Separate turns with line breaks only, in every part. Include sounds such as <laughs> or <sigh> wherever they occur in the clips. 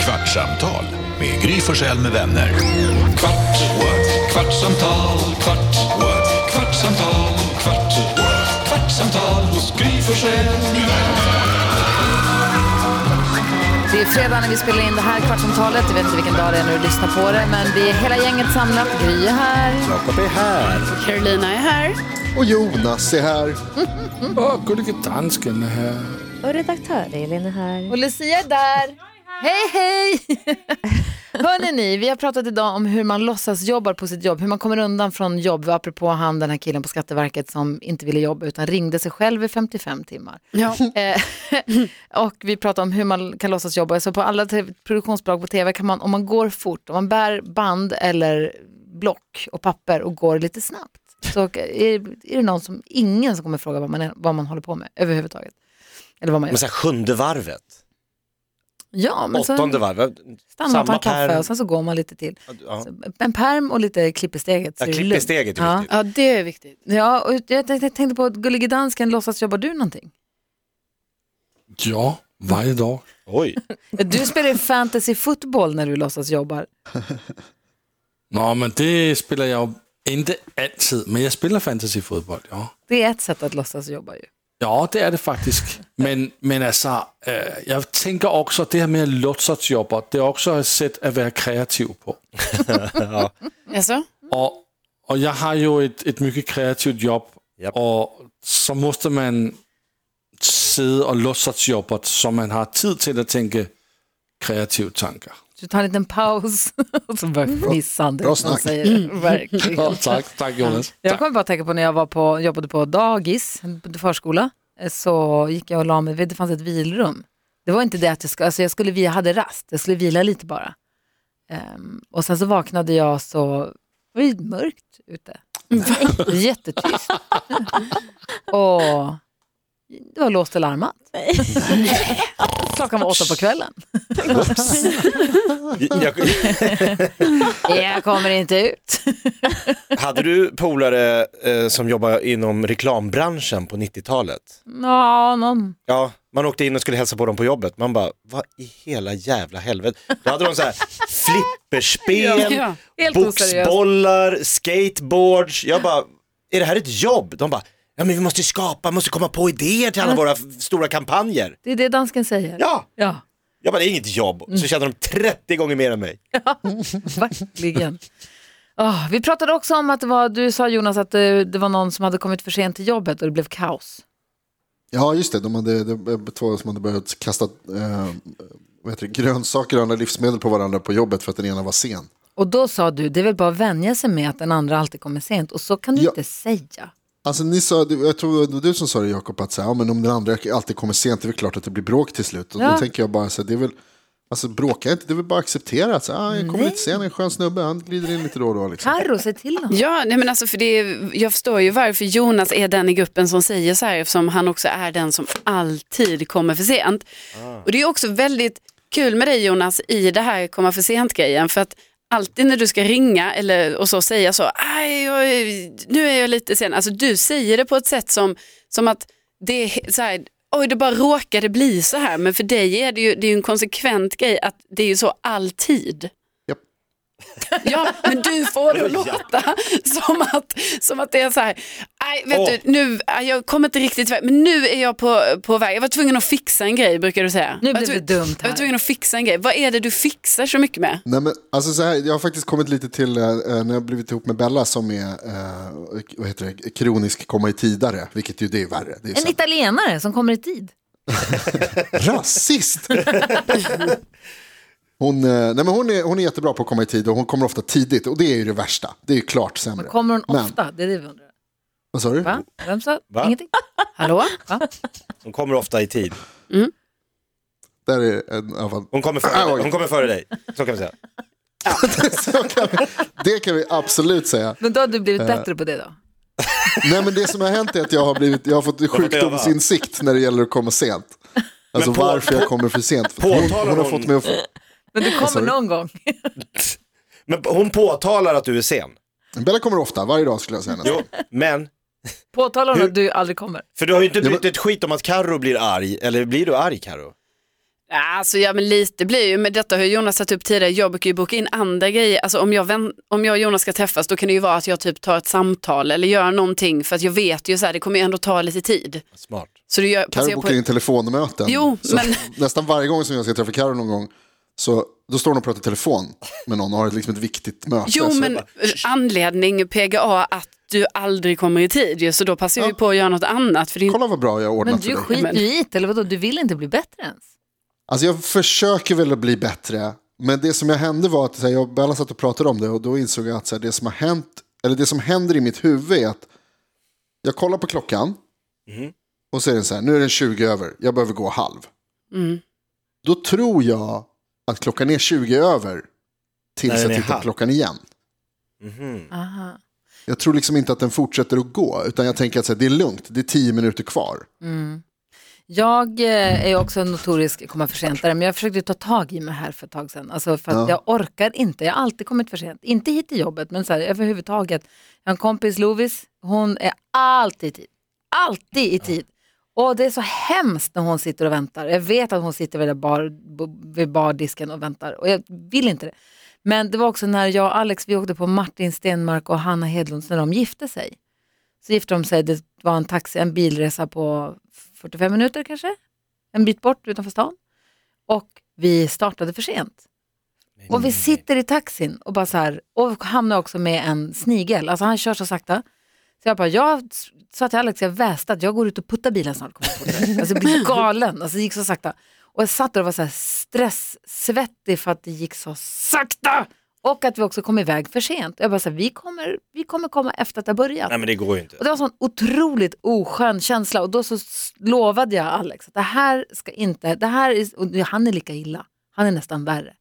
Kvartsamtal med Gry Forssell med vänner. Kvart, what? kvartsamtal, kvart, what? kvartsamtal, kvart, what? kvartsamtal hos Gry Forssell med vänner.
Det är fredag när vi spelar in det här kvartsamtalet. Jag vet inte vilken dag det är när du lyssnar på det, men vi är hela gänget samlat. Gry är här.
Jakob är här.
Carolina är här.
Och Jonas är här.
Och gullige dansken är här.
Och redaktör Elin är här.
Och Lucia är där. Hej, hej! <laughs> Hörrni ni, vi har pratat idag om hur man låtsas jobbar på sitt jobb, hur man kommer undan från jobb, apropå han den här killen på Skatteverket som inte ville jobba utan ringde sig själv i 55 timmar.
Ja.
<laughs> Eh, och vi pratar om hur man kan låtsas jobba. Så på alla te- produktionsbolag på tv kan man, om man går fort, om man bär band eller block och papper och går lite snabbt, så eh, är, är det någon som, ingen som kommer fråga vad man, är, vad man håller på med överhuvudtaget. Eller vad man gör.
Men så här, sjunde varvet,
ja, men så
åttonde varvet,
stannar man och tar en kaffe
samma
alltså.
pärm.
och sen så går man lite till.
ja.
Så En perm och lite klipp i steget. så är
Ja,
det
klipp i
lugnt.
steget är
Ja.
viktigt.
ja, det är viktigt.
Ja, och jag tänkte jag tänkte på att Gullige Dansken, låtsas jobbar du någonting?
Ja, varje dag.
Oj,
Du spelar ju
<laughs>
fantasy fotboll när du låtsas jobbar.
Nå, men det spelar jag ju inte alltid, men jag spelar fantasyfotboll, ja.
Det är ett sätt att låtsas jobba ju.
Ja, det är det faktiskt. Men, men alltså, eh, jag tänker också det här med att låtsas jobba, det är också ett sätt att vara kreativ på.
Alltså?
Och, och jag har ju ett, ett mycket kreativt jobb
Japp.
och så måste man sidde och låtsas jobba så man har tid till att tänka kreativa tankar.
Så Du tar en liten paus <laughs> och så
Mm.
börjar fnissan.
bra snack.
Verkligen.
tack, tack Jonas.
Jag kommer bara att tänka på när jag var på, jobbade på dagis, på förskola, eh, så gick jag och la mig, det fanns ett vilrum. Det var inte det att jag, ska, alltså jag skulle vila, jag hade rast, jag skulle vila lite bara. Ehm, och sen så vaknade jag så, var det mörkt ute. Jättetyst. och det var låst och larmat. Klockan var åtta på kvällen.
jag,
<laughs> Jag kommer inte ut.
hade du polare eh, som jobbade inom reklambranschen på 90-talet?
Ja, någon.
Ja, man åkte in och skulle hälsa på dem på jobbet, man bara, vad i hela jävla helvete? Då hade
<laughs>
de så här flipperspel,
Ja.
Helt oseriöst.
boxbollar, skateboards. Jag bara, är det här ett jobb? De bara, ja men vi måste ju skapa, måste komma på idéer till alla våra f- stora kampanjer.
Det är det dansken säger.
Ja,
ja.
jag bara, det är inget jobb. Så
Mm.
tjänar de 30 gånger mer än mig.
Verkligen. Åh, vi pratade också om att det var, du sa Jonas att det, det var någon som hade kommit för sent till jobbet och det blev kaos.
Ja, just det. De hade, det var två som hade börjat kasta eh, vad heter det, grönsaker och andra livsmedel på varandra på jobbet för att den ena var sen.
Och då sa du, det är väl bara att vänja sig med att den andra alltid kommer sent och så kan du
Ja.
inte säga.
Alltså, ni sa, du- jag tror det var du som sa det Jakob, att så här, ja, men om den andra alltid kommer sent det är väl klart att det blir bråk till slut. Och
Ja.
Då tänker jag bara så här, det är väl, alltså bråka inte, det är väl bara att acceptera att så här, ah, jag kommer lite sen, en skön snubbe, han glider in lite då och då. Liksom.
Carro, säg till honom.
Ja, nej men alltså för det är, jag förstår ju varför Jonas är den i gruppen som säger så här eftersom han också är den som alltid kommer för sent. Och det är också väldigt kul med dig Jonas i det här komma för sent grejen för att alltid när du ska ringa eller och så säga så, "Aj, jag är- nu är jag lite sen, alltså du säger det på ett sätt som, som att det är he- så här, oj det bara råkade bli så här, men för dig är det ju, det är ju en konsekvent grej att det är ju så alltid.
Japp.
Ja, men du får det att låta som att, som att det är så här, nej vet
Åh.
du, nu, aj, jag kommer inte riktigt iväg, men nu är jag på, på väg, jag var tvungen att fixa en grej brukar du säga.
Nu
Jag var
blev det
tvu-
dumt
Jag var
här.
tvungen att fixa en grej, vad är det du fixar så mycket med?
Nej, men, alltså så här, jag har faktiskt kommit lite till eh, eh, när jag blivit ihop med Bella som är eh, vad heter det, kronisk komma i tidare, vilket ju det är värre. Det är
En
så här,
italienare som kommer i tid.
rasist! hon, eh, nej, men hon, är, hon är jättebra på att komma i tid och hon kommer ofta tidigt och det är ju det värsta. Det är ju klart sämre.
Kommer hon
Men-
ofta? Det är det vi undrar.
Vad sa du?
Va? Vem sa?
Va?
Ingenting?
Hallå?
Va?
De kommer ofta i tid.
Där är en, av alla-
Hon
<laughs>
kommer före, dig. Hon kommer före dig. Så kan vi säga.
så kan vi, det kan vi absolut säga.
Men då har du
Eh.
blivit bättre på det då?
Nej, men det som har hänt är att jag har, blivit, jag har fått
fått öva.
sjukdomsinsikt när det gäller att komma sent. Alltså
på-
varför jag kommer för sent. För hon,
Påtalar
hon har
hon-
fått mig att...
Men du kommer
sorry.
någon gång. <laughs>
Men hon påtalar att du är sen.
Bella kommer ofta, varje dag skulle jag säga nästan.
Alltså,
Jo, men,
Påtalar hon att du aldrig kommer?
för du har ju inte
men-
brytt ett skit om att Karo blir arg. Eller blir du arg Karo?
Ja, Alltså, ja, men lite blir ju, men detta har ju Jonas satt upp tidigare, jag brukar ju boka in andra grejer. Alltså, om, jag vän, om jag och Jonas ska träffas då kan det ju vara att jag typ tar ett samtal eller gör någonting för att jag vet ju så här, det kommer ju ändå ta lite tid.
Smart.
Så det gör, passar
Carro
jag
bokar
på,
in telefonmöten.
Jo,
så
men-
Nästan varje gång som jag ska träffa Carro någon gång, så då står hon och pratar i telefon med någon och har liksom ett viktigt möte.
jo,
så
men anledning PGA att du aldrig kommer i tid ju, så då passar jag ju på att göra något annat. För det är ju
Kolla vad bra jag har
Men
ordnat
du
för dig.
skiter ju i det, eller vadå? Du vill inte bli bättre ens?
Alltså jag försöker väl att bli bättre, men det som jag hände var att så här, jag och Bella satt och pratade om det och då insåg jag att så här, det som har hänt, eller det som händer i mitt huvud är att jag kollar på klockan
Mm.
och så är den så här, nu är den 20 över, jag behöver gå halv.
Mm.
Då tror jag att klockan är 20 över
När
tills
den
jag
är
tittar på
halv.
klockan igen.
Aha.
Jag tror liksom inte att den fortsätter att gå, utan jag tänker att så här, det är lugnt, det är 10 minuter kvar.
Jag eh, är också en notorisk komma för sent men jag försökte ta tag i mig här för ett tag sedan. Alltså för att jag orkar inte, jag har alltid kommit för sent. Inte hit till jobbet, men så här, överhuvudtaget. Jag har en kompis, Lovis, hon är alltid i tid. Alltid i tid. Och det är så hemskt när hon sitter och väntar. Jag vet att hon sitter vid, där bar, bo- vid bardisken och väntar och jag vill inte det. Men det var också när jag och Alex, vi åkte på Martin Stenmark och Hanna Hedlunds när de gifte sig. Så gifte de sig, det var en taxi, en bilresa på 45 minuter kanske, en bit bort utanför stan. Och vi startade för sent. Och vi sitter i taxin och bara så här, och hamnar också med en snigel, alltså han kör så sakta. Så jag bara, jag s- sa till Alex, jag väste att jag går ut och puttar bilen snart. Kommer jag, på det. alltså, jag blev galen, alltså, det gick så sakta. Och jag satt där och var så här stresssvettig för att det gick så sakta. Och att vi också kom iväg för sent. Jag bara, så här, vi, kommer, vi kommer komma efter att det har börjat.
Nej men det går ju inte.
Och det var en sån otroligt oskön känsla och då så s- lovade jag Alex att det här ska inte, det här är, och han är lika illa, han är nästan värre.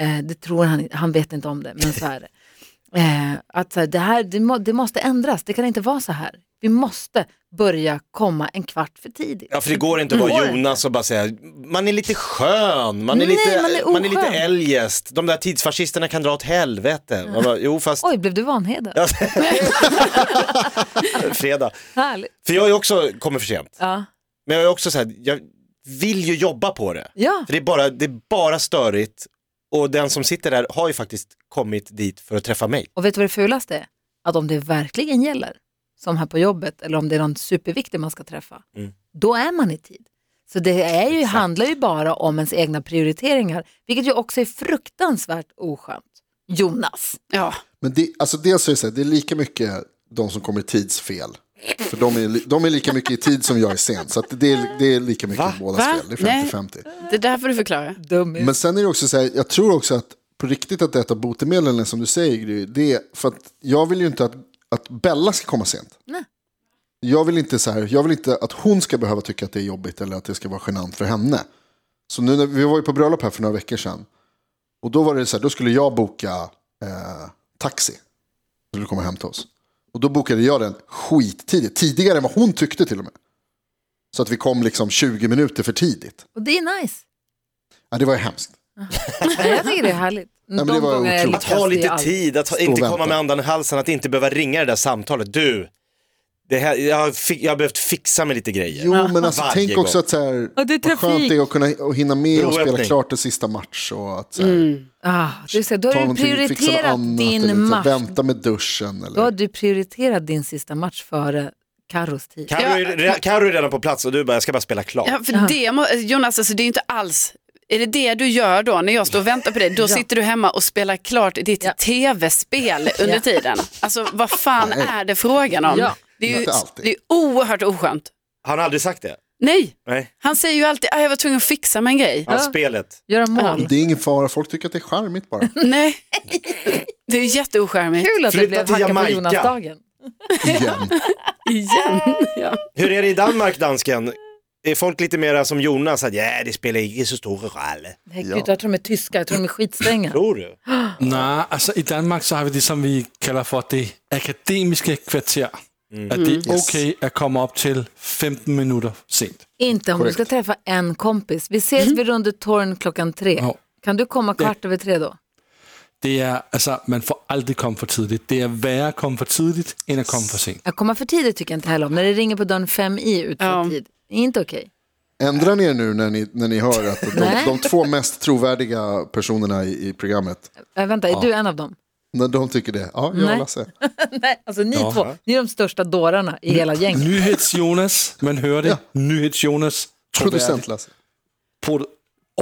Eh, det tror han, han vet inte om det, men så är det. Eh, att så här, det här, det, må, det måste ändras, det kan inte vara så här. Vi måste börja komma en kvart för tidigt.
Ja för det går inte att vara
Går inte.
Jonas och bara säga, man är lite skön, man är,
Nej,
lite,
man är
man är lite
oskön.
eljest, de där tidsfascisterna kan dra åt helvete. Man Bara, jo fast
Oj, blev du vanhedrad?
<laughs> fredag.
Härligt.
För jag är också, kommer för sent,
Ja.
men jag är också så här, jag vill ju jobba på det.
ja,
För det är bara, det är bara störigt och den som sitter där har ju faktiskt kommit dit för att träffa mig.
och vet du vad det fulaste är? Att om det verkligen gäller, som här på jobbet, eller om det är någon superviktig man ska träffa,
Mm.
då är man i tid. Så det är ju, handlar ju bara om ens egna prioriteringar, vilket ju också är fruktansvärt oskönt. Jonas.
ja.
Men det, alltså dels är det, så här, det är lika mycket de som kommer i tids fel. För de är, de är lika mycket i tid som jag är sen. Så att det, är, det är lika mycket bådas
Va?
fel. Det är
Nej.
50-50.
Det där får du förklara.
Dum
Men sen är det också så här, jag tror också att på riktigt att ett av botemedlen är som du säger Gry, det är för att jag vill ju inte att, att Bella ska komma sent.
Nej.
Jag vill inte så här, jag vill inte att hon ska behöva tycka att det är jobbigt eller att det ska vara genant för henne. Så nu när, vi var ju på bröllop här för några veckor sedan. Och då var det så här, då skulle jag boka eh, taxi. Som skulle komma hem till oss. Och då bokade jag den skittidigt, tidigare än vad hon tyckte till och med. Så att vi kom liksom 20 minuter för tidigt.
Och det är nice.
Ja, det var ju hemskt.
Nej, jag tycker det är härligt.
men det
De
var
gånger jag
otroligt.
Att
lyckas
ha
det är
lite
allt.
tid, att ha, inte
och
komma
vänta.
med andan i halsen, att inte behöva ringa det där samtalet. Du, det här, jag, har fi- jag har behövt fixa med lite grejer.
Jo, men alltså,
Varje
tänk också
gång.
att så här,
Ja, det är
vad skönt
trafik.
det är att kunna att hinna med och spela
Broöppning.
klart en sista match. Och att, så här,
Ah, du ser, då
ta
har du
någonting, fixa något
prioriterat
annat,
din
eller, så här,
match.
Vänta med duschen. Eller,
Då har du prioriterat din sista match före Carros tid.
Carro är, re- Karo är redan på plats och du bara, jag ska bara spela klart.
Ja, för det, må- Jonas, alltså, det är ju inte alls, är det det du gör då när jag står och väntar på dig, då sitter du hemma och spelar klart ditt tv-spel under
Ja.
tiden. Alltså vad fan
Nej.
är det frågan om?
Ja.
Det är ju
Inte alltid.
det är oerhört oskönt.
Han har aldrig sagt det.
Nej,
Nej.
han säger ju alltid att jag var tvungen att fixa med en grej.
Ja, spelet.
Göra mål.
Det är ingen fara, folk tycker att det är
<laughs>
charmigt bara.
Nej, det är jätteoskärmigt.
Kul att det
Flytta
blev
till
hacka på
Jamaica.
Jonas-dagen.
Igen.
Igen. Ja.
Hur är det i Danmark, dansken? Är folk lite mera som Jonas? Att, ja, det spelar inte så stor roll.
Nej, gud, jag tror de är tyska, jag tror de är skitstränga.
Tror du?
Nej, altså i Danmark så har vi det, som vi kalder for det akademiske kvarter. At det er okay at komme op til 15 minutter sent.
Inte om du ska träffa en kompis. Vi ses vid Rundetorn klockan tre.
Ja.
Kan du komma kvart över tre då?
Det er, altså, man får aldrig komme for tidligt. Det er værre at komme for tidligt, end at komme for sent.
Att komma för tidigt tycker jag inte heller om. När det ringer på dörren fem i utsatt
Ja.
tid. Det är Inte okej.
Ändrar ni er nu när ni, när ni hör att de,
Nej.
de två mest trovärdiga personerna i, i programmet,
Äh, vänta, är du en av dem?
när de tycker det? Ja, jag och
Nej.
Lasse.
<laughs> Nej, alltså ni två, ni är de största dårarna i hela gänget.
Nyhets-Jonas, man hör det. Nyhets-Jonas.
Producent Lasse.
På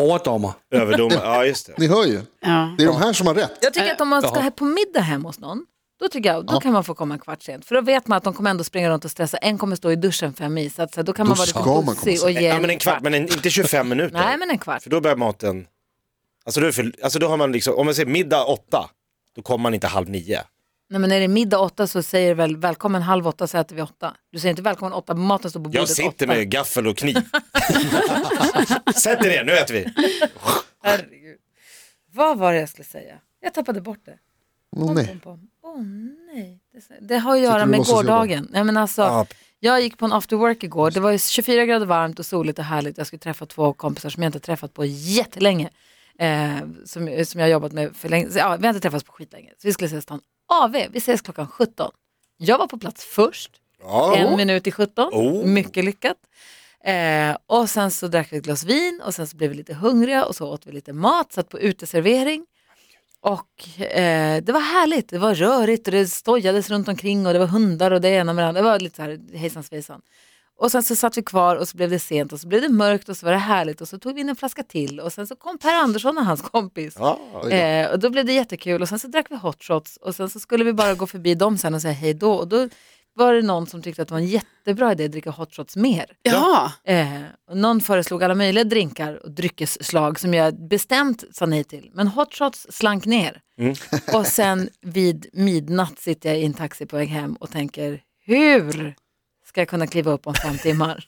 överdomar.
Överdomar, ja just det.
Ni hör ju.
Ja.
Det är de här som har rätt.
Jag tycker att om man ska här på middag hem hos någon, då, tycker jag, då kan man få komma en kvart sent. För då vet man att de kommer ändå springa runt och stressa. En kommer stå i duschen fem i, så, att, så här, då kan
Då
man vara
ska man
lite
komma
bussig
sent.
och ge
Ja men en kvart, men en, inte 25 minuter.
Nej, men en kvart.
För då börjar maten, alltså då, är det för, alltså då har man liksom, om man säger middag åtta, då kommer man inte halv nio.
Nej, men är det middag åtta så säger du väl välkommen halv åtta så äter vi åtta. Du säger inte välkommen åtta, maten står på bordet
Jag sitter
åtta.
med gaffel och kniv. <laughs> Sätt er ner, nu äter vi.
Herregud. Vad var det jag skulle säga? Jag tappade bort det.
Åh, nej.
Åh oh, nej. Det- Det har att göra
du
med
låtsas jobba?
gårdagen. Nej, men alltså,
Ja.
Jag gick på en after work igår. Det var ju 24 grader varmt och soligt och härligt. Jag skulle träffa två kompisar som jag inte träffat på jättelänge. Eh, som, som jag har jobbat med för länge. Så, ja, vi har inte träffats på skitlänge. Så vi skulle ses stan AV. Vi ses klockan 17. Jag var på plats först. En minut i 17.
Oh.
Mycket lyckat. Eh, och sen så drack vi ett glas vin och sen så blev vi lite hungriga och så åt vi lite mat, satt på uteservering. Och eh, det var härligt, det var rörigt och det stojades runt omkring och det var hundar och det ena med det andra. Det var lite så här hejsan svejsan. Och sen så satt vi kvar och så blev det sent och så blev det mörkt och så var det härligt och så tog vi in en flaska till och sen så kom Per Andersson och hans kompis. Eh, och då blev det jättekul och sen så drack vi hot shots och sen så skulle vi bara gå förbi dem sen och säga hej då och då var det någon som tyckte att det var en jättebra idé att dricka hot shots mer.
Ja.
Eh, och någon föreslog alla möjliga drinkar och dryckesslag som jag bestämt sa nej till. Men hot shots slank ner. <laughs> och sen vid midnatt sitter jag i en taxi på väg hem och tänker hur ska jag kunna kliva upp om fem timmar?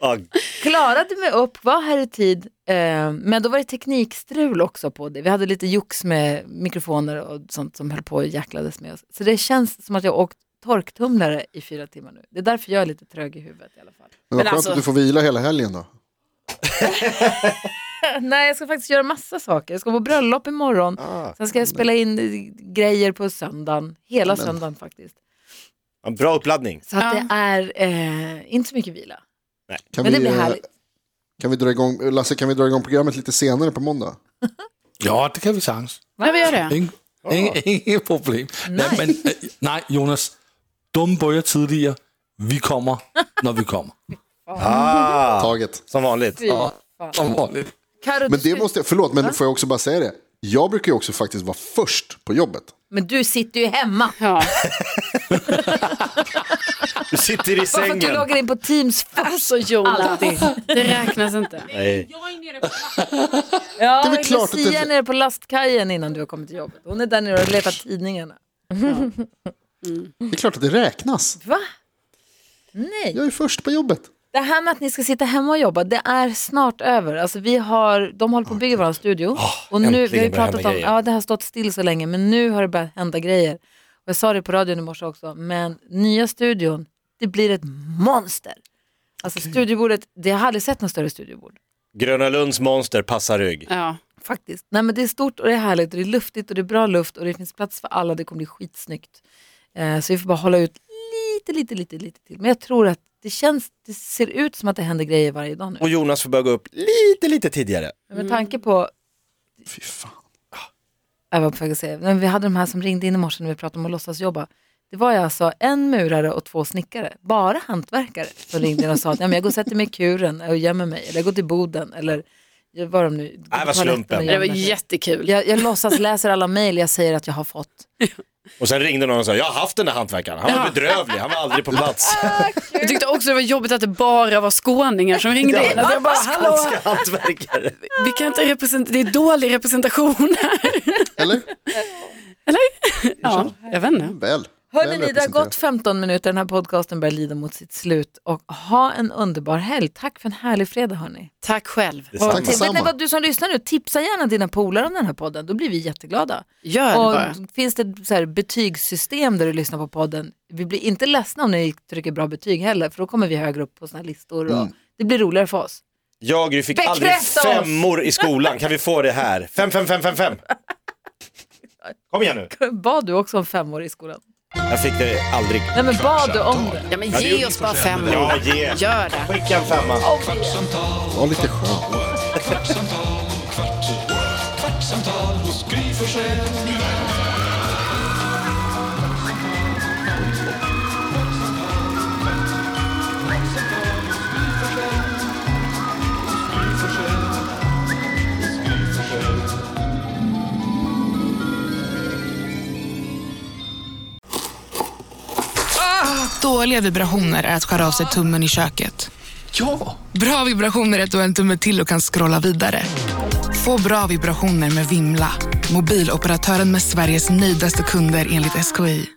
Ja,
klarade mig upp, var här i tid. Eh, men då var det teknikstrul också på det. Vi hade lite jox med mikrofoner och sånt som höll på och jäklades med oss. Så det känns som att jag har åkt torktumlare i fyra timmar nu. Det är därför jag är lite trög i huvudet i alla fall.
Men vad skönt
alltså-
att du får vila hela helgen då.
Eh, Nej, jag ska faktiskt göra massa saker. Jag ska på bröllop imorgon.
Ah,
Sen ska jag spela in eh, grejer på söndagen. Hela söndagen faktiskt.
en bra uppladdning.
Så att
Ja.
det är eh, inte så mycket vila.
Kan
Men det
vi,
blir
eh,
härligt.
Kan vi dra igång, Lasse, kan vi dra igång programmet lite senare på måndag?
Ja, det kan vi chans.
Ja, vi gör det.
Ingen, ingen, ingen problem. Nej. men, eh, nej, Jonas. De börjar tidigare. Vi kommer när vi kommer.
Ah,
Taget.
som vanligt.
Ja.
Som vanligt.
Karo,
Men
men,
det måste jag, förlåt, men får jag också bara säga det? Jag brukar ju också faktiskt vara först på jobbet.
men du sitter ju hemma.
Ja.
Du sitter i
Varför att du
sängen.
loggar in på Teams först?
Så Jonas,
Alltid.
det räknas inte.
Nej.
Ja,
Det är väl klart att
Lucia
det-
är nere på lastkajen innan du har kommit till jobbet. Hon är där nere och letar tidningarna.
Det är klart att det räknas.
Va? Nej.
Jag är först på jobbet.
Det här med att ni ska sitta hemma och jobba, det är snart över. Alltså vi har, de håller på att bygga vår studio. och nu, vi
äntligen
har ju
börjar
pratat
hända
om,
grejer.
ja det har stått still så länge, men nu har det börjat hända grejer. Och jag sa det på radion i morse också, men nya studion, det blir ett monster. Alltså studiobordet, det, jag har aldrig sett något större studiobord.
Gröna Lunds monster passar rygg.
Ja.
Faktiskt. Nej, men det är stort och det är härligt och det är luftigt och det är bra luft och det finns plats för alla. Det kommer bli skitsnyggt. Eh, så vi får bara hålla ut lite, lite, lite, lite till. Men jag tror att det känns, det ser ut som att det händer grejer varje dag nu.
Och Jonas får börja gå upp lite, lite tidigare.
Men med tanke på, Ah,
Fy fan.
jag var på väg att säga, men vi hade de här som ringde in i morse när vi pratade om att låtsas jobba. Det var ju alltså en murare och två snickare, bara hantverkare, som ringde in och sa att "Ja, men jag går och sätter mig i kuren och gömmer mig, eller jag går till Boden, eller vad var de nu? går på
vad
toaletten och
slumpen.
Det
gömmer
var
sig.
jättekul.
jag, jag <laughs> låtsas läser alla mejl jag säger att jag har fått.
Och sen ringde någon och sa, jag har haft den där hantverkaren, han var bedrövlig, han var aldrig på plats.
Jag tyckte också det var jobbigt att det bara var skåningar som ringde in. Alltså jag bara, hallå,
Skånska hantverkare.
vi kan inte representera, det är dålig representation här.
Eller?
<laughs>
Ja, jag vet inte.
Väl.
Hörni,
Väl
ni, det har
representerat.
gått 15 minuter. Den här podcasten börjar lida mot sitt slut. Och ha en underbar helg. Tack för en härlig fredag, hörni.
Tack själv.
Detsamma.
Och till- Vet ni
detsamma.
vad, du som lyssnar nu, tipsa gärna dina polare om den här podden. Då blir vi jätteglada.
Gör det bara.
Och finns det ett så här betygssystem där du lyssnar på podden, vi blir inte ledsna om ni trycker bra betyg heller, för då kommer vi högre upp på såna här listor. Och Det blir roligare för oss. <laughs>
Jag Gry, fick aldrig
Bekräfta oss!
femmor i skolan, kan vi få
<laughs>
det här? Fem, fem, fem, fem, fem. Kom igen nu.
Bad du också om femmor i skolan?
Jag fick det aldrig.
Nej men bad du om det?
Ja, men ge oss bara fem
Ja,
år.
ge.
Gör det.
Skicka en femma.
Kvartsamtal,
Var lite skön.
kvartsamtal, kvart, what? kvartsamtal hos Gry Forssell med vänner.
Dåliga vibrationer är att skära av sig tummen i köket. Ja! Bra vibrationer är att du har en tumme till och kan scrolla vidare. Få bra vibrationer med Vimla. Mobiloperatören med Sveriges nöjdaste kunder enligt SKI.